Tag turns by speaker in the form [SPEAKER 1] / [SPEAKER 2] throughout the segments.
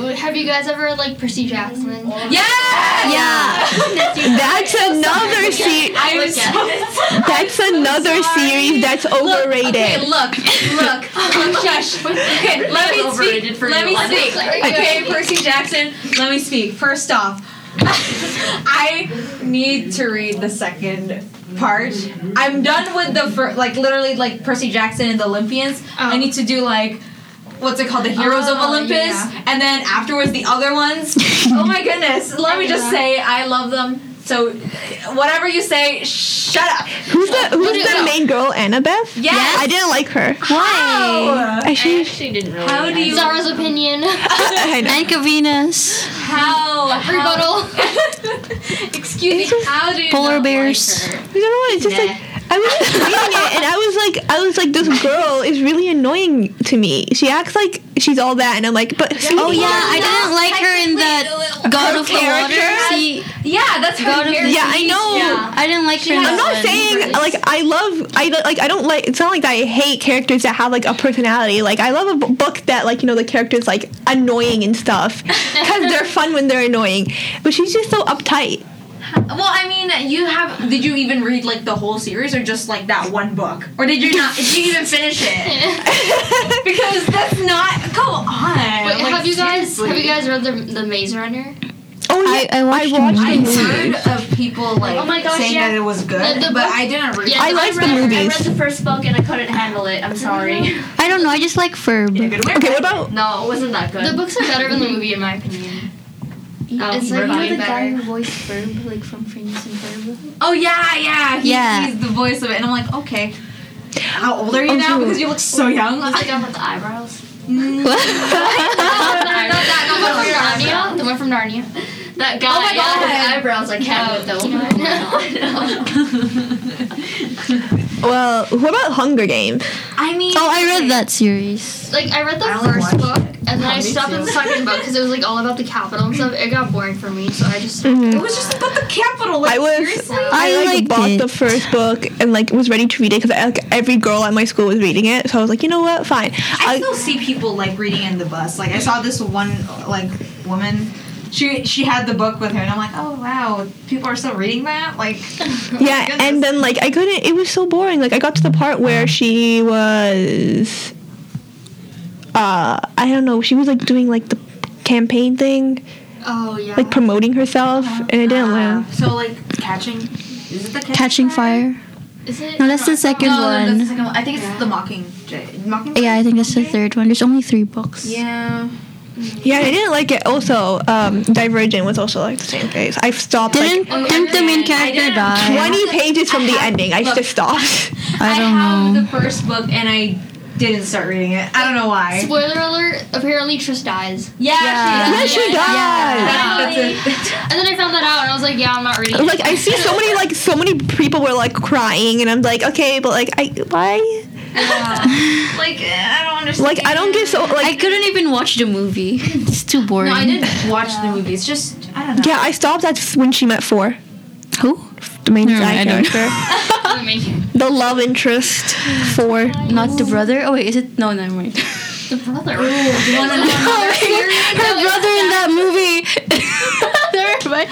[SPEAKER 1] Have you guys ever like Percy Jackson?
[SPEAKER 2] Yes!
[SPEAKER 3] Yeah. That's another se-
[SPEAKER 2] I was so
[SPEAKER 3] That's another series that's
[SPEAKER 2] Okay,
[SPEAKER 3] overrated.
[SPEAKER 2] look, look, shush. Okay, let me
[SPEAKER 4] Overrated
[SPEAKER 2] speak.
[SPEAKER 4] for
[SPEAKER 2] let
[SPEAKER 4] you.
[SPEAKER 2] me speak. Okay, Percy Jackson. Let me speak. First off, I need to read the second part. I'm done with the first, like literally, like Percy Jackson and the Olympians. I
[SPEAKER 1] Oh.
[SPEAKER 2] need to do like. What's it called? The Heroes of
[SPEAKER 1] Oh,
[SPEAKER 2] Olympus,
[SPEAKER 1] yeah.
[SPEAKER 2] and then afterwards the other ones. oh my goodness! Let me just say, I love them. So, whatever you say, shut up.
[SPEAKER 3] Who's the Who's the main girl? Annabeth.
[SPEAKER 2] Yes.
[SPEAKER 3] I didn't like her.
[SPEAKER 2] How?
[SPEAKER 3] I
[SPEAKER 4] I
[SPEAKER 3] should.
[SPEAKER 4] actually didn't really.
[SPEAKER 2] How do you?
[SPEAKER 1] Zara's opinion.
[SPEAKER 3] I know.
[SPEAKER 5] Bank of Venus.
[SPEAKER 2] How? how-
[SPEAKER 1] Rebuttal.
[SPEAKER 2] Excuse me. How do you
[SPEAKER 5] Polar
[SPEAKER 2] not
[SPEAKER 5] bears.
[SPEAKER 2] Like her?
[SPEAKER 3] I don't know. It's just like I was just reading it, and I was like, I was like, this girl is really annoying to me. She acts like she's all that, and I'm like, but
[SPEAKER 5] Oh
[SPEAKER 3] sweetie,
[SPEAKER 5] yeah, I didn't like her in the God of the Water. See,
[SPEAKER 2] Yeah, that's her
[SPEAKER 5] God of
[SPEAKER 2] hair.
[SPEAKER 5] the
[SPEAKER 3] Yeah, I know.
[SPEAKER 2] Yeah.
[SPEAKER 5] I didn't like her. in
[SPEAKER 3] I'm
[SPEAKER 5] that
[SPEAKER 3] not
[SPEAKER 5] one.
[SPEAKER 3] saying like I love I li- like I don't like it's not like I hate characters that have like a personality like I love a b- book that like you know the characters like annoying and stuff because they're fun when they're annoying but she's just so uptight
[SPEAKER 2] Well, I mean, you have. Did you even read like the whole series, or just like that one book, or did you not? Did you even finish it?
[SPEAKER 3] Oh,
[SPEAKER 2] Because that's not. Come on.
[SPEAKER 1] Wait,
[SPEAKER 2] like,
[SPEAKER 1] have you guys
[SPEAKER 2] seriously.
[SPEAKER 1] have you guys read the, the Maze Runner?
[SPEAKER 3] oh
[SPEAKER 5] I- I watched the movie.
[SPEAKER 2] I've heard of people like
[SPEAKER 1] Oh my gosh,
[SPEAKER 2] saying
[SPEAKER 1] yeah.
[SPEAKER 2] that it was good,
[SPEAKER 1] The- the
[SPEAKER 2] but
[SPEAKER 1] book-
[SPEAKER 2] I didn't read.
[SPEAKER 1] Yeah,
[SPEAKER 3] I like the
[SPEAKER 4] I
[SPEAKER 3] movies
[SPEAKER 4] read the first book and I couldn't handle it. I'm sorry.
[SPEAKER 5] I don't know. I just like Ferb.
[SPEAKER 2] it. Good way.
[SPEAKER 3] okay what about
[SPEAKER 4] No, it wasn't that good.
[SPEAKER 1] The books are better than the movie, in my opinion.
[SPEAKER 4] Oh,
[SPEAKER 1] it's
[SPEAKER 4] never
[SPEAKER 1] like
[SPEAKER 4] mind.
[SPEAKER 1] you know the guy
[SPEAKER 4] Better.
[SPEAKER 1] who voiced Ferb, like from Phineas and Ferb.
[SPEAKER 2] Oh yeah, yeah. He,
[SPEAKER 5] Yeah.
[SPEAKER 2] He's the voice of it, and I'm like, okay. How old are you now? Because you look so young.
[SPEAKER 4] It's like about the eyebrows.
[SPEAKER 2] mm.
[SPEAKER 1] No, no, not that. Not the one from Narnia. The one from Narnia.
[SPEAKER 4] That guy.
[SPEAKER 2] Oh my
[SPEAKER 4] yeah, with
[SPEAKER 2] God.
[SPEAKER 4] the eyebrows. I
[SPEAKER 1] Oh,
[SPEAKER 4] can't with
[SPEAKER 1] No,
[SPEAKER 4] them.
[SPEAKER 3] well what about Hunger Games
[SPEAKER 2] I mean.
[SPEAKER 5] Oh, I read that series.
[SPEAKER 1] Like I read the
[SPEAKER 2] I only
[SPEAKER 1] first
[SPEAKER 2] watched
[SPEAKER 1] book, and then I
[SPEAKER 2] me
[SPEAKER 1] stopped at the
[SPEAKER 2] too.
[SPEAKER 1] second book because it was like all about the capital and stuff. It got boring for me, so I just.
[SPEAKER 5] Mm-hmm.
[SPEAKER 2] It was just about the capital. Like,
[SPEAKER 3] I was
[SPEAKER 2] seriously?
[SPEAKER 3] I,
[SPEAKER 5] I
[SPEAKER 3] like
[SPEAKER 5] liked
[SPEAKER 3] bought
[SPEAKER 5] it.
[SPEAKER 3] the first book and like was ready to read it because like, every girl at my school was reading it so I was like you know what fine
[SPEAKER 2] I still see people like reading in the bus. Like I saw this one like woman. She she had the book with her, and I'm like, oh wow, people are still reading that. Like oh
[SPEAKER 3] Yeah,
[SPEAKER 2] Goodness.
[SPEAKER 3] and then like I couldn't. It was so boring. Like I got to the part where she was, uh, I don't know. She was like doing like the campaign thing,
[SPEAKER 1] Oh yeah.
[SPEAKER 3] like promoting herself, and I didn't land.
[SPEAKER 2] Uh, so like catching. Is it the catching,
[SPEAKER 5] Catching Fire.
[SPEAKER 1] Is it?
[SPEAKER 5] No, that's the second
[SPEAKER 2] No, no, that's the
[SPEAKER 5] one.
[SPEAKER 2] second one. I think it's the mocking. Mocking.
[SPEAKER 5] Yeah, I think that's the third one. There's only three books.
[SPEAKER 2] Yeah.
[SPEAKER 3] Uh-huh. Yeah, I didn't like it. Also, um, Divergent was also like the same case. I stopped
[SPEAKER 5] Didn't
[SPEAKER 1] Oh,
[SPEAKER 5] didn't the main
[SPEAKER 1] I
[SPEAKER 5] character
[SPEAKER 2] didn't-
[SPEAKER 3] like
[SPEAKER 5] die?
[SPEAKER 3] twenty pages from the
[SPEAKER 2] have-
[SPEAKER 3] ending. I
[SPEAKER 2] look.
[SPEAKER 3] just stopped.
[SPEAKER 5] I
[SPEAKER 2] I,
[SPEAKER 5] don't
[SPEAKER 2] have
[SPEAKER 5] know.
[SPEAKER 2] the first book, and I didn't start reading it. I don't know why.
[SPEAKER 1] Spoiler alert! Apparently, Trish dies.
[SPEAKER 2] yeah,
[SPEAKER 5] Yeah.
[SPEAKER 3] Uh-huh. Yeah, she died.
[SPEAKER 2] That's it.
[SPEAKER 1] And then I found that out, and I was like, "Yeah, I'm not reading." it.
[SPEAKER 3] Like I see so many like so many people were like crying, and I'm like, okay, but like I why?
[SPEAKER 2] Like I don't understand.
[SPEAKER 3] Like I don't get so like.
[SPEAKER 5] I couldn't even watch the movie. It's too boring.
[SPEAKER 2] No, I didn't watch the movie. It's just I don't know.
[SPEAKER 3] yeah, I stopped at when she met four.
[SPEAKER 5] Who?
[SPEAKER 3] The main
[SPEAKER 5] Never
[SPEAKER 3] guy
[SPEAKER 5] mind, I don't
[SPEAKER 3] character.
[SPEAKER 1] Doesn't make-
[SPEAKER 3] the love interest for
[SPEAKER 5] Not the brother. Oh wait, is it? No, never mind.
[SPEAKER 1] the brother. Ooh, you want to
[SPEAKER 5] Her brother in that movie. never mind.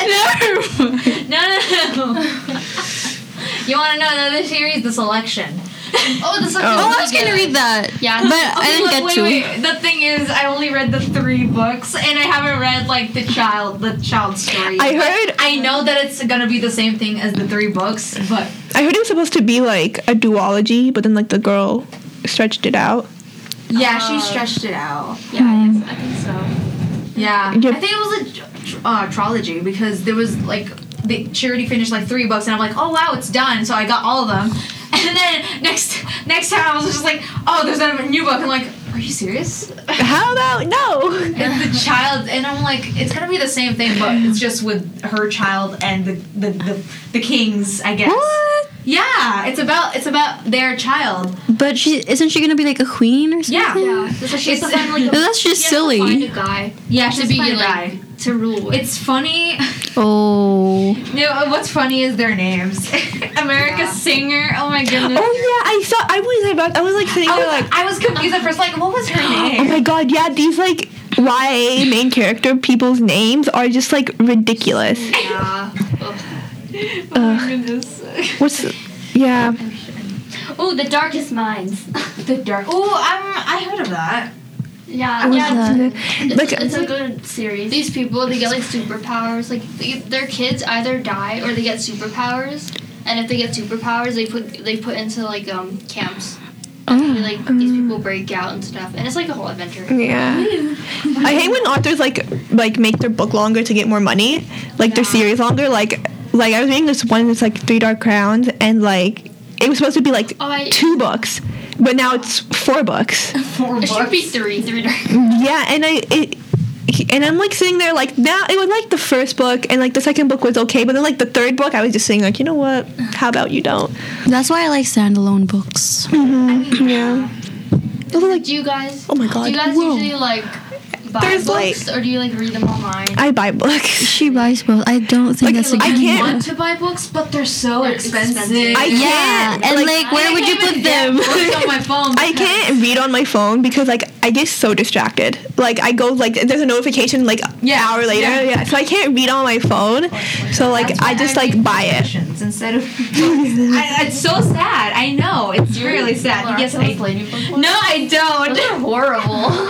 [SPEAKER 5] never mind.
[SPEAKER 2] No, no, no. you want to know another series? The Selection.
[SPEAKER 1] Oh, the second.
[SPEAKER 5] Oh, I was gonna read that.
[SPEAKER 1] Yeah.
[SPEAKER 5] But I didn't get
[SPEAKER 2] wait,
[SPEAKER 5] to.
[SPEAKER 2] wait. The thing is, I only read the three books, and I haven't read like the child, the child story.
[SPEAKER 3] I heard
[SPEAKER 2] I know that it's gonna be the same thing as the three books, but
[SPEAKER 3] I heard it was supposed to be like a duology, but then like the girl stretched it out.
[SPEAKER 2] yeah, she stretched it out.
[SPEAKER 1] Um, Yeah, yes, I think so.
[SPEAKER 2] Yeah,
[SPEAKER 3] Yep.
[SPEAKER 2] I think it was a tr- uh, trilogy because there was like the, she already finished like three books, and I'm like, oh wow, it's done. So I got all of them, and then next next time I was just like, oh, there's a new book. I'm like, are you serious?
[SPEAKER 3] How about no?
[SPEAKER 2] It's the child, and I'm like, it's gonna be the same thing, but it's just with her child and the the the, the kings, I guess.
[SPEAKER 5] What?
[SPEAKER 2] Yeah, it's about it's about their child.
[SPEAKER 5] But she isn't she gonna be like a queen or
[SPEAKER 2] Yeah.
[SPEAKER 5] something?
[SPEAKER 1] Yeah, so she has to
[SPEAKER 2] It's-
[SPEAKER 1] find like a,
[SPEAKER 5] That's just
[SPEAKER 1] she has to find
[SPEAKER 5] silly.
[SPEAKER 1] a guy
[SPEAKER 2] Yeah,
[SPEAKER 1] to
[SPEAKER 2] she's
[SPEAKER 1] be
[SPEAKER 2] be a
[SPEAKER 1] like
[SPEAKER 2] guy.
[SPEAKER 1] to rule with.
[SPEAKER 2] It's funny.
[SPEAKER 5] Oh.
[SPEAKER 2] No, what's funny is their names. America
[SPEAKER 1] Yeah.
[SPEAKER 2] Singer. Oh my goodness.
[SPEAKER 3] Oh yeah, I saw. I was about. I was like sitting
[SPEAKER 2] I
[SPEAKER 3] there
[SPEAKER 2] was,
[SPEAKER 3] like,
[SPEAKER 2] I was confused at first, like, what was her
[SPEAKER 3] oh
[SPEAKER 2] name?
[SPEAKER 3] my god, yeah, these like YA main character people's names are just like ridiculous.
[SPEAKER 2] Yeah. oh my goodness.
[SPEAKER 3] What's yeah.
[SPEAKER 4] Oh, the darkest minds. the dark.
[SPEAKER 2] Ooh, I'm. I heard of that.
[SPEAKER 4] Yeah,
[SPEAKER 3] What's
[SPEAKER 4] yeah.
[SPEAKER 3] that?
[SPEAKER 4] It's,
[SPEAKER 3] Like-
[SPEAKER 4] it's a good series. These people, they get like superpowers. Like they, their kids either die or they get superpowers. And if they get superpowers, they put they put into like um camps. And, like
[SPEAKER 3] Oh,
[SPEAKER 4] these people break out and stuff, and it's like a whole adventure.
[SPEAKER 3] Mm. Yeah. I hate when authors like like make their book longer to get more money, like their
[SPEAKER 4] Yeah.
[SPEAKER 3] series longer. Like like I was reading this one that's like Three Dark Crowns, and like it was supposed to be like
[SPEAKER 4] Oh, I-
[SPEAKER 3] two books, but now it's four books.
[SPEAKER 4] It should be three, three dark.
[SPEAKER 3] Yeah, and I it. And I'm like sitting there, like now it was like the first book, and like the second book was okay, but then like the third book, I was just saying, like, you know what? How about you don't?
[SPEAKER 5] That's why I like standalone books.
[SPEAKER 3] Yeah. Those are, like,
[SPEAKER 4] do you guys?
[SPEAKER 3] Oh my God,
[SPEAKER 4] Do you guys
[SPEAKER 5] whoa.
[SPEAKER 4] usually like buy
[SPEAKER 3] There's,
[SPEAKER 4] books, or do you like read them online?
[SPEAKER 3] I buy books.
[SPEAKER 5] She buys both. I don't think
[SPEAKER 3] Like,
[SPEAKER 5] that's a
[SPEAKER 3] I
[SPEAKER 5] good
[SPEAKER 3] can't-
[SPEAKER 5] idea.
[SPEAKER 2] Want to buy books, but they're so
[SPEAKER 4] They're
[SPEAKER 2] expensive.
[SPEAKER 4] expensive.
[SPEAKER 3] I
[SPEAKER 5] Yeah,
[SPEAKER 3] can't.
[SPEAKER 5] and like, where
[SPEAKER 2] I
[SPEAKER 5] would you
[SPEAKER 2] can't
[SPEAKER 5] put
[SPEAKER 2] even get
[SPEAKER 5] them?
[SPEAKER 2] books on my phone.
[SPEAKER 3] I can't read on my phone because like I get so distracted. Like I go like there's a notification like
[SPEAKER 2] Yeah,
[SPEAKER 3] an hour later.
[SPEAKER 2] yeah.
[SPEAKER 3] Yeah. So I can't read on my phone. So like
[SPEAKER 2] That's
[SPEAKER 3] I
[SPEAKER 2] why
[SPEAKER 3] just
[SPEAKER 2] I
[SPEAKER 3] like
[SPEAKER 2] read
[SPEAKER 3] buy it.
[SPEAKER 2] confessions instead of. I, it's so sad. I know. It's really sad. Yes, I. No, I don't.
[SPEAKER 4] Those are horrible.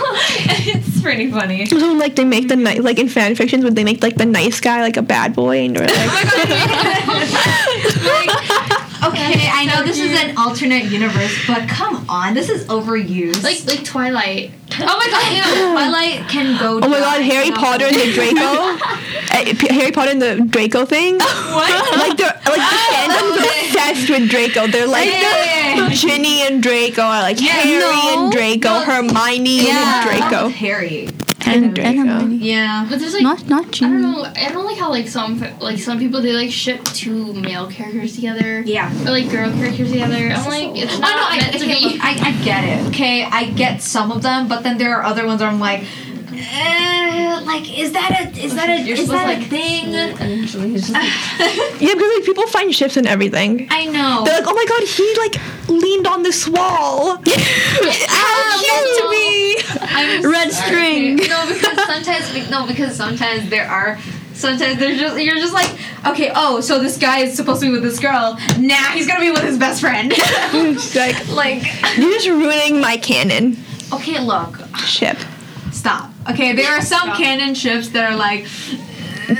[SPEAKER 2] it's pretty funny.
[SPEAKER 3] So like they make the ni- like in fan fictions would they make like the nice guy like a bad boy and or like
[SPEAKER 2] Okay, I know this is an alternate universe, but come on, this is overused.
[SPEAKER 4] like like Twilight.
[SPEAKER 2] oh my god, ew, Twilight can go.
[SPEAKER 3] oh my god Harry
[SPEAKER 2] down.
[SPEAKER 3] Potter and the Draco Uh, P- Harry Potter and the Draco thing.
[SPEAKER 2] What?
[SPEAKER 3] like they're like the fandom's obsessed with Draco. They're like
[SPEAKER 2] Yeah, yeah, yeah.
[SPEAKER 3] Ginny and Draco are like
[SPEAKER 2] Yeah,
[SPEAKER 3] Harry
[SPEAKER 5] no.
[SPEAKER 3] and Draco, Hermione
[SPEAKER 5] Yeah.
[SPEAKER 3] and
[SPEAKER 2] Not with
[SPEAKER 3] Draco.
[SPEAKER 2] Harry.
[SPEAKER 5] And, and
[SPEAKER 3] Draco.
[SPEAKER 5] Hermione.
[SPEAKER 2] Yeah.
[SPEAKER 4] But there's like
[SPEAKER 5] Not not
[SPEAKER 4] I don't
[SPEAKER 5] June.
[SPEAKER 4] know. I don't like how like some like some people they like ship two male characters together
[SPEAKER 2] Yeah.
[SPEAKER 4] or like girl characters together. I'm like it's
[SPEAKER 2] Oh no,
[SPEAKER 4] not
[SPEAKER 2] I,
[SPEAKER 4] meant to
[SPEAKER 2] okay,
[SPEAKER 4] be.
[SPEAKER 2] look, I, I get it. Okay, I get some of them, but then there are other ones where I'm like, eh, like is that a is that a is that a thing?
[SPEAKER 3] Yeah, because like people find ships in everything.
[SPEAKER 2] I know.
[SPEAKER 3] They're like, oh my god, he like leaned on this wall. How cute to me!
[SPEAKER 2] I'm
[SPEAKER 5] Red string.
[SPEAKER 2] No, because sometimes we, no, because sometimes there are. Sometimes there's just you're just like okay oh so this guy is supposed to be with this girl nah he's gonna be with his best friend
[SPEAKER 3] It's like
[SPEAKER 2] like
[SPEAKER 3] you're just ruining my canon
[SPEAKER 2] okay look
[SPEAKER 3] ship.
[SPEAKER 2] stop okay there are some canon ships that are like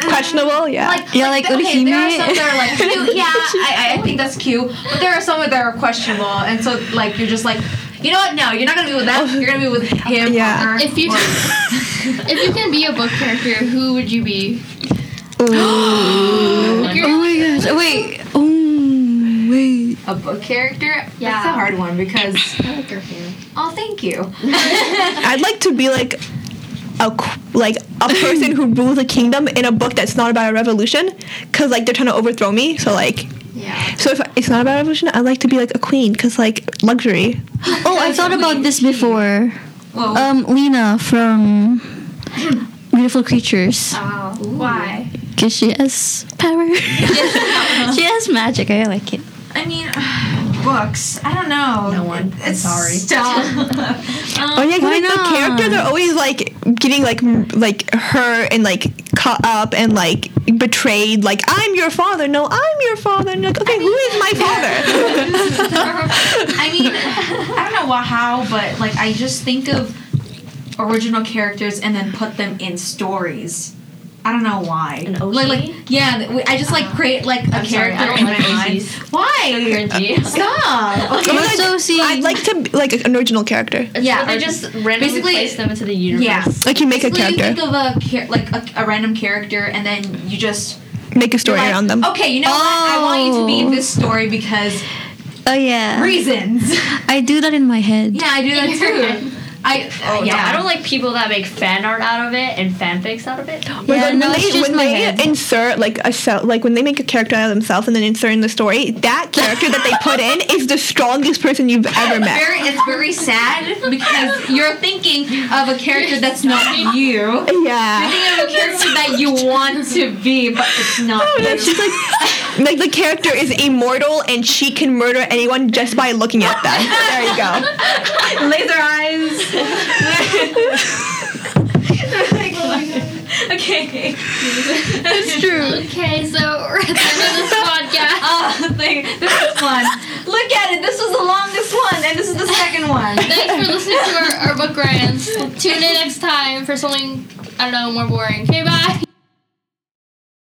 [SPEAKER 3] Questionable, yeah.
[SPEAKER 2] like
[SPEAKER 5] Yeah, like
[SPEAKER 2] okay there are
[SPEAKER 5] Urahime.
[SPEAKER 2] some that are like cute yeah I, I- I think that's cute but there are some that are questionable and so like you're just like you know what no you're not gonna be with that you're gonna be with him
[SPEAKER 3] Yeah.
[SPEAKER 2] or her,
[SPEAKER 4] If you-
[SPEAKER 2] or-
[SPEAKER 4] if you can be a book character, who would you be?
[SPEAKER 5] Oh my gosh. Wait. Oh wait.
[SPEAKER 2] a book character
[SPEAKER 4] Yeah.
[SPEAKER 2] that's a hard one because Oh, thank you.
[SPEAKER 3] I'd like to be like a qu- like a person who rules a kingdom in a book that's not about a revolution, because like they're trying to overthrow me. So like,
[SPEAKER 4] Yeah.
[SPEAKER 3] so if it's not about a revolution, I'd like to be like a queen, because like luxury.
[SPEAKER 5] Oh, I thought about this before.
[SPEAKER 2] Well,
[SPEAKER 5] Um, Lena from Beautiful Creatures.
[SPEAKER 4] Wow. Oh, Why?
[SPEAKER 5] Because she has power. she has magic. I like it.
[SPEAKER 2] I mean, books. I don't know. No one. It's sorry. Stop.
[SPEAKER 3] Oh yeah, 'cause,
[SPEAKER 5] Why
[SPEAKER 3] like
[SPEAKER 5] not?
[SPEAKER 3] the characters are always like getting like m- like hurt and like caught up and like betrayed. Like I'm your father. No, I'm your father. And you're like okay, who is my father?
[SPEAKER 2] I mean, I don't know wha- how, but like, I just think of original characters and then put them in stories. I don't know why.
[SPEAKER 1] An OG?
[SPEAKER 2] Like, like, yeah. th- we- I just like create like a
[SPEAKER 1] I'm sorry,
[SPEAKER 2] character
[SPEAKER 1] I don't
[SPEAKER 2] in
[SPEAKER 1] like
[SPEAKER 2] my mind.
[SPEAKER 1] OGs.
[SPEAKER 2] Why?
[SPEAKER 1] Cringy.
[SPEAKER 2] Stop. Okay.
[SPEAKER 3] I'm
[SPEAKER 5] Let's
[SPEAKER 3] like-
[SPEAKER 5] go see.
[SPEAKER 3] I'd like to be, like an original character.
[SPEAKER 2] Yeah,
[SPEAKER 1] Yeah, they
[SPEAKER 2] or
[SPEAKER 1] just randomly
[SPEAKER 2] basically-
[SPEAKER 1] place them into the universe.
[SPEAKER 2] Yeah.
[SPEAKER 3] Like you make a
[SPEAKER 2] Basically,
[SPEAKER 3] character,
[SPEAKER 2] You think of a char- like a, a random character, and then you just
[SPEAKER 3] make a story
[SPEAKER 2] like,
[SPEAKER 3] around them.
[SPEAKER 2] Okay, you know what? I want you to be in
[SPEAKER 5] Oh.
[SPEAKER 2] this story because
[SPEAKER 5] oh yeah.
[SPEAKER 2] reasons.
[SPEAKER 5] I do that in my head.
[SPEAKER 2] Yeah, I do that too. I
[SPEAKER 1] Oh,
[SPEAKER 2] yeah.
[SPEAKER 1] yeah. I don't like people that make fan art out of it and fanfics out of it.
[SPEAKER 3] Oh my
[SPEAKER 5] Yeah,
[SPEAKER 3] God, when
[SPEAKER 5] no,
[SPEAKER 3] they,
[SPEAKER 5] it's just
[SPEAKER 3] when
[SPEAKER 5] my
[SPEAKER 3] they
[SPEAKER 5] head.
[SPEAKER 3] insert like a cel- like when they make a character out of themselves and then insert in the story, that character that they put in is the strongest person you've ever met.
[SPEAKER 2] Very, it's very sad because you're thinking of a character that's not you. You're
[SPEAKER 3] yeah.
[SPEAKER 2] thinking of a character that you want to be, but it's not
[SPEAKER 3] Yeah,
[SPEAKER 2] you.
[SPEAKER 3] she's like, like the character is immortal and she can murder anyone just by looking at them. There you go.
[SPEAKER 2] Laser eyes. Okay.
[SPEAKER 3] It's true.
[SPEAKER 4] Okay, so we're at the end of this podcast. uh,
[SPEAKER 2] Oh, thank, this is fun. Look at it. This was the longest one, and this is the second one.
[SPEAKER 4] Thanks for listening to our, our book rants. Tune in next time for something, I don't know, more boring. Okay, bye.